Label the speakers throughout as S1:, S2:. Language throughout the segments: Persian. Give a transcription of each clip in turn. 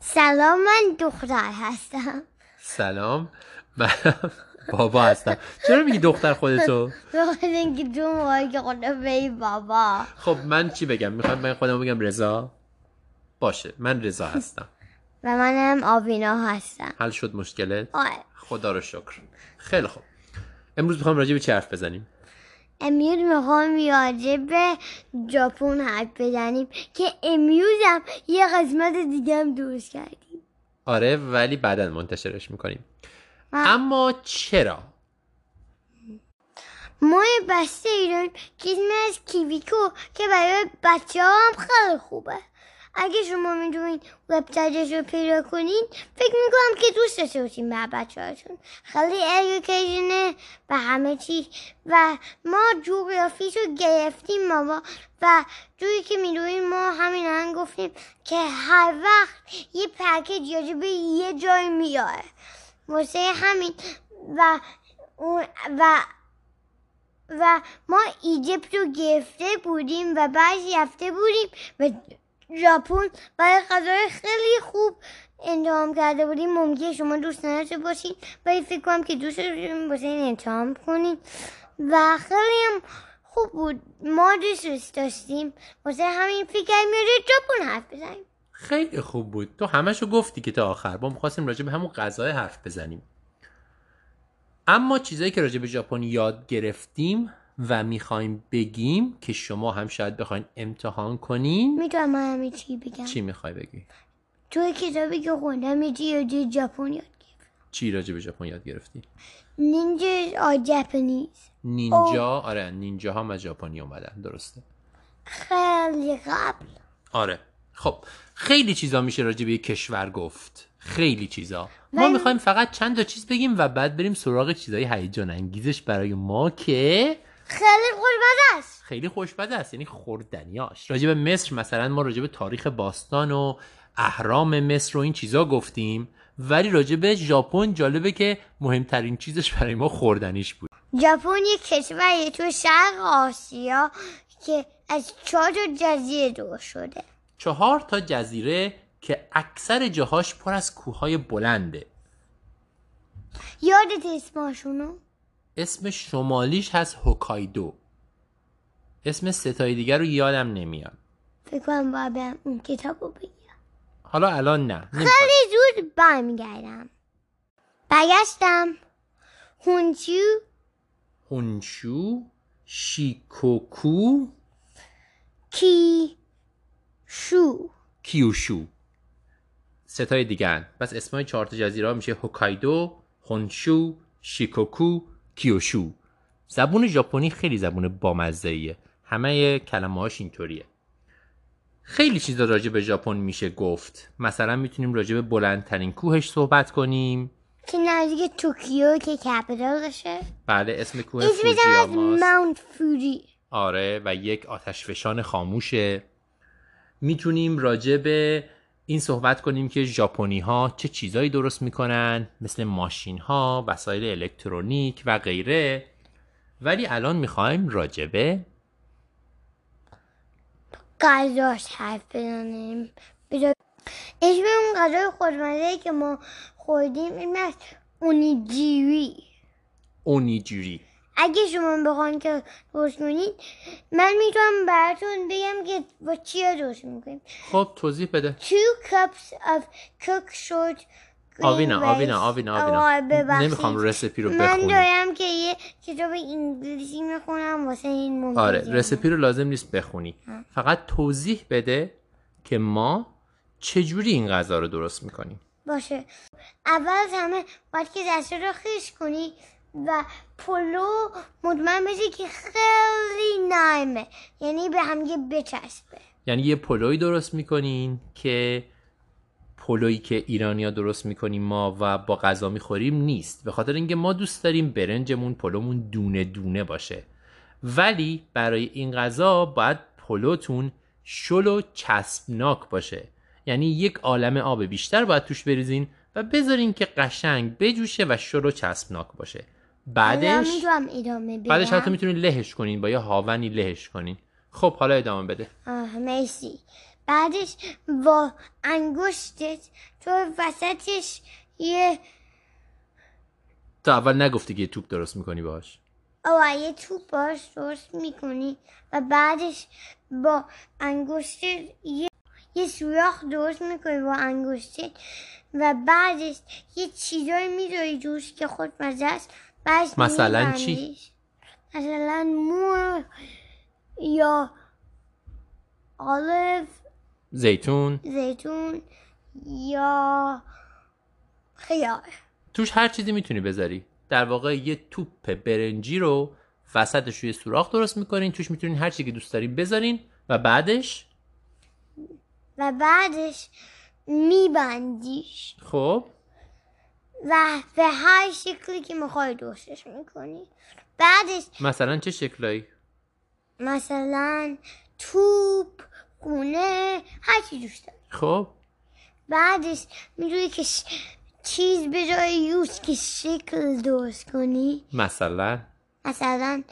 S1: سلام من دختر هستم
S2: سلام من بابا هستم چرا میگی دختر خودتو
S1: بخاطر اینکه تو موهای خدا بی بابا
S2: خب من چی بگم میخوام من خودم بگم رضا باشه من رضا هستم
S1: و منم آوینا هستم
S2: حل شد مشکلت
S1: آه،
S2: خدا رو شکر خیلی خوب امروز میخوام راجع به چه حرف بزنیم
S1: امروز میخوام راجع به ژاپن حرف بزنیم که امروزم یه قسمت دیگه هم درست کردیم
S2: آره ولی بعدا منتشرش میکنیم اما چرا
S1: ما یه بسته ایران کلمه از کیویکو که برای بچه ها هم خیلی خوبه اگه شما میدونین وبسایتش رو پیدا کنین فکر میکنم که دوست داشته باشین به بچه هاتون خیلی ایوکیشنه و همه چیز و ما جغرافیش رو گرفتیم بابا و جوری که میدونین ما همین هم گفتیم که هر وقت یه پکیج راجبه یه جای میاره واسه همین و اون- و و ما ایجپت رو گرفته بودیم و بعضی رفته بودیم و ژاپن برای غذای خیلی خوب انتخاب کرده بودیم ممکنه شما دوست نداشته باشین ولی فکر کنم که دوست داشتین واسه این انتخاب کنین و خیلی هم خوب بود ما دوست داشتیم واسه همین فکر کردیم راجع به ژاپن حرف بزنیم
S2: خیلی خوب بود تو همشو گفتی که تا آخر ما میخواستیم راجع به همون غذای حرف بزنیم اما چیزایی که راجع به ژاپن یاد گرفتیم و میخوایم بگیم که شما هم شاید بخواین امتحان کنین
S1: میتونم من همه چی بگم
S2: چی میخوای بگی
S1: توی کتابی که خوندم یه چیزی راجع به ژاپن یاد گرفتم
S2: چی راجع به ژاپن یاد گرفتی
S1: نینجاز آر جپنیز
S2: نینجا آره نینجا هم از ژاپنی اومدن درسته
S1: خیلی قبل
S2: آره خب خیلی چیزا میشه راجع به یک کشور گفت خیلی چیزا ما
S1: ولی-
S2: میخوایم فقط چند تا چیز بگیم و بعد بریم سراغ چیزای هیجان انگیزش برای ما که
S1: خیلی قربت است
S2: خیلی خوشمزه است یعنی خوردنیاش راجع به مصر مثلا ما راجع به تاریخ باستان و اهرام مصر و این چیزا گفتیم ولی راجع به ژاپن جالبه که مهمترین چیزش برای ما خوردنیش بود
S1: ژاپن یک کشوری تو شرق آسیا که از چهار تا جزیره دور شده
S2: چهار تا جزیره که اکثر جاهاش پر از کوههای بلنده
S1: یادت اسماشونو
S2: اسم شمالیش هست هوکایدو اسم ستای دیگر رو یادم نمیاد
S1: فکر کنم باید برم اون کتاب رو بگیرم
S2: حالا الان نه نمی‌خوام.
S1: خیلی زود برمیگردم برگشتم هونچیو
S2: هونشو شیکوکو
S1: کی شو
S2: کیوشو ستای دیگر پس اسمای چهار تا جزیره ها میشه هوکایدو هونشو شیکوکو کیوشو زبون ژاپنی خیلی زبون بامزه‌ایه همه کلمه هاش اینطوریه خیلی چیزا راجع به ژاپن میشه گفت مثلا میتونیم راجع به بلندترین کوهش صحبت کنیم
S1: که نزدیک توکیو که کپیتالشه
S2: بله اسم کوه
S1: اسمش هم از
S2: فوجیاماست
S1: ماونت فوری
S2: آره و یک آتشفشان خاموشه میتونیم راجع به این صحبت کنیم که ژاپنی ها چه چیزایی درست میکنن مثل ماشین ها وسایل الکترونیک و غیره ولی الان میخوایم راجع به
S1: غذاش حرف بزنیم بذار- اسم اون غذای خوشمزه که ما خوردیم این است اونیجیری
S2: اونیجوری
S1: اگه شما بخوان که درست کنین من میتونم براتون بگم که با چیا درست میکنیم
S2: خب توضیح بده
S1: two cups of cooked short green
S2: آوینا آوینا
S1: rice.
S2: آوینا
S1: آه،
S2: آوینا
S1: ببخشید.
S2: نمیخوام رسپی رو
S1: من
S2: بخونی
S1: دارم که یه کتاب انگلیسی میخونم واسه این ممتازی
S2: آره رسپی رو لازم نیست بخونی فقط توضیح بده که ما چجوری این غذا رو درست میکنیم
S1: باشه اول از همه باید که دسته رو خیش کنی و پلو مطمئن بشی که خیلی نرمه یعنی به همگه بچسبه
S2: یعنی یه پلوی درست میکنین که پلویی که ایرانیا درست میکنیم ما و با غذا میخوریم نیست به خاطر اینکه ما دوست داریم برنجمون پلومون دونه دونه باشه ولی برای این غذا باید پلوتون شل و چسبناک باشه یعنی یک عالم آب بیشتر باید توش بریزین و بذارین که قشنگ بجوشه و شل و چسبناک باشه
S1: حالا
S2: بعدش
S1: میتونم ادامه بدم
S2: بعدش حتی میتونین لهش کنین با یه هاونی لهش کنین خب حالا ادامه بده
S1: آه، مرسی بعدش با انگشتت تو وسطش یه
S2: تا اول نگفتی که یه توپ درست میکنی باش
S1: آوه یه توپ باش درست میکنی و بعدش با انگشت یه یه سوراخ درست میکنی با انگشتت و بعدش یه چیزایی میذاری جوش که خود مزه است بعدش
S2: مثلا چی؟
S1: می‌بندیش. مثلا مو یا آلف
S2: زیتون
S1: زیتون یا خیار
S2: توش هر چیزی میتونی بذاری در واقع یه توپ برنجی رو وسطش روی سوراخ درست میکنین توش میتونین هر چیزی که دوست دارین بذارین و بعدش
S1: و بعدش میبندیش
S2: خب
S1: و به هر شکلی که میخوای درستش میکنی بعدش
S2: مثلا چه شکلایی
S1: مثلا توپ خونه هر چی دوست داری
S2: خب
S1: بعدش میدونی که ش- چیز بجای یوز که شکل درست کنی
S2: مثلا
S1: مثلا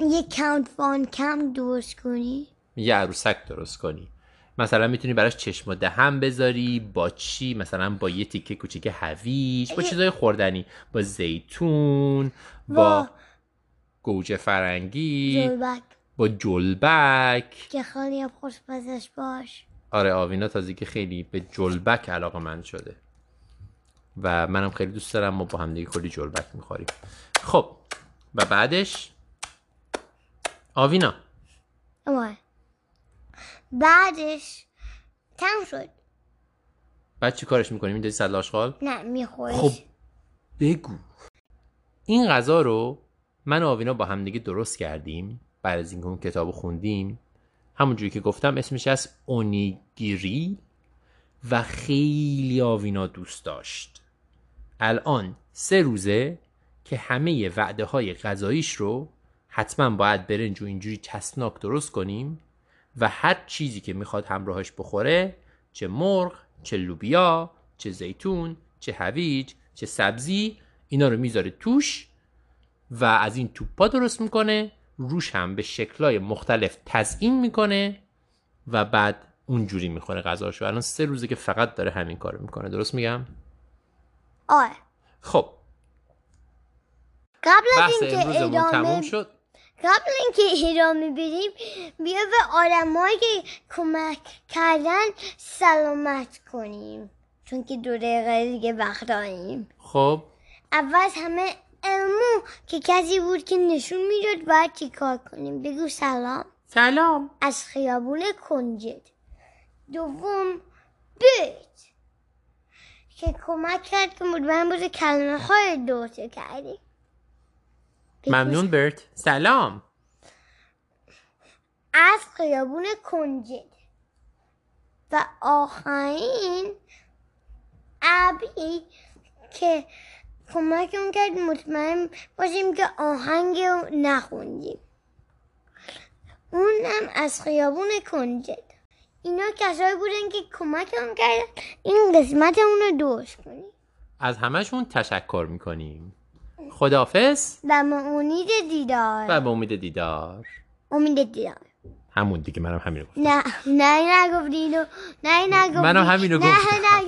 S1: یه کانت فان کم درست کنی
S2: یه عروسک درست کنی مثلا میتونی براش چشم و دهن بذاری با چی مثلا با یه تیکه کوچیک هویج با چیزای خوردنی با زیتون با
S1: با-
S2: گوجه فرنگی
S1: جلبک
S2: با جلبک
S1: که خیلی هم خوشمزش باش
S2: آره آوینا تازه که خیلی به جلبک علاقه من شده و منم خیلی دوست دارم ما با هم دیگه کلی جلبک میخوریم خب و بعدش آوینا
S1: اما بعدش تم شد
S2: بعد چی کارش میکنیم میدازی سطل آشغال
S1: نه میخورش
S2: خب بگو این غذا رو من و آوینا با همدیگه درست کردیم بعد از اینکه اون کتاب رو خوندیم همونجوری که گفتم اسمش از اونیگیری و خیلی آوینا دوست داشت الان سه روزه که همه وعده های غذاییش رو حتما باید برنج و اینجوری چسبناک درست کنیم و هر چیزی که میخواد همراهش بخوره چه مرغ چه لوبیا چه زیتون چه هویج چه سبزی اینا رو میذاره توش و از این توپا درست میکنه روش هم به شکلای مختلف تزئین میکنه و بعد اونجوری میخوره غذاشو الان سه روزه که فقط داره همین کارو میکنه درست میگم
S1: آره
S2: خب
S1: قبل از
S2: بحث
S1: اینکه
S2: امروزمون تموم
S1: ادامه
S2: شد
S1: قبل اینکه ادامه بدیم بیا به آدمایی که کمک کردن سلامت کنیم چون که دو دقیقه دیگه وقت داریم
S2: خب
S1: اول از همه امو که کسی بود که نشون میداد باید چی کار کنیم بگو سلام
S2: سلام
S1: از خیابون کنجد دوم بیت که کمک کرد که مطمئن بود کلمه های درست کردیم بگو
S2: ممنون برت سلام
S1: از خیابون کنجد و آخرین ابی که کمکمون کرد مطمئن باشیم که آهنگ رو نخوندیم اونم از خیابون کنجد اینا کسایی بودن که کمکمون کردن این قسمت اون رو درست کنیم
S2: از همشون تشکر میکنیم خداحافظ
S1: و ما امید
S2: و
S1: دیدار
S2: به امید دیدار
S1: امید دیدار
S2: همون دیگه منم همین رو گفتم.
S1: نه نه نگفتی اینو نه نگفتی
S2: منم همینو
S1: نه
S2: گفتم.
S1: نگفتی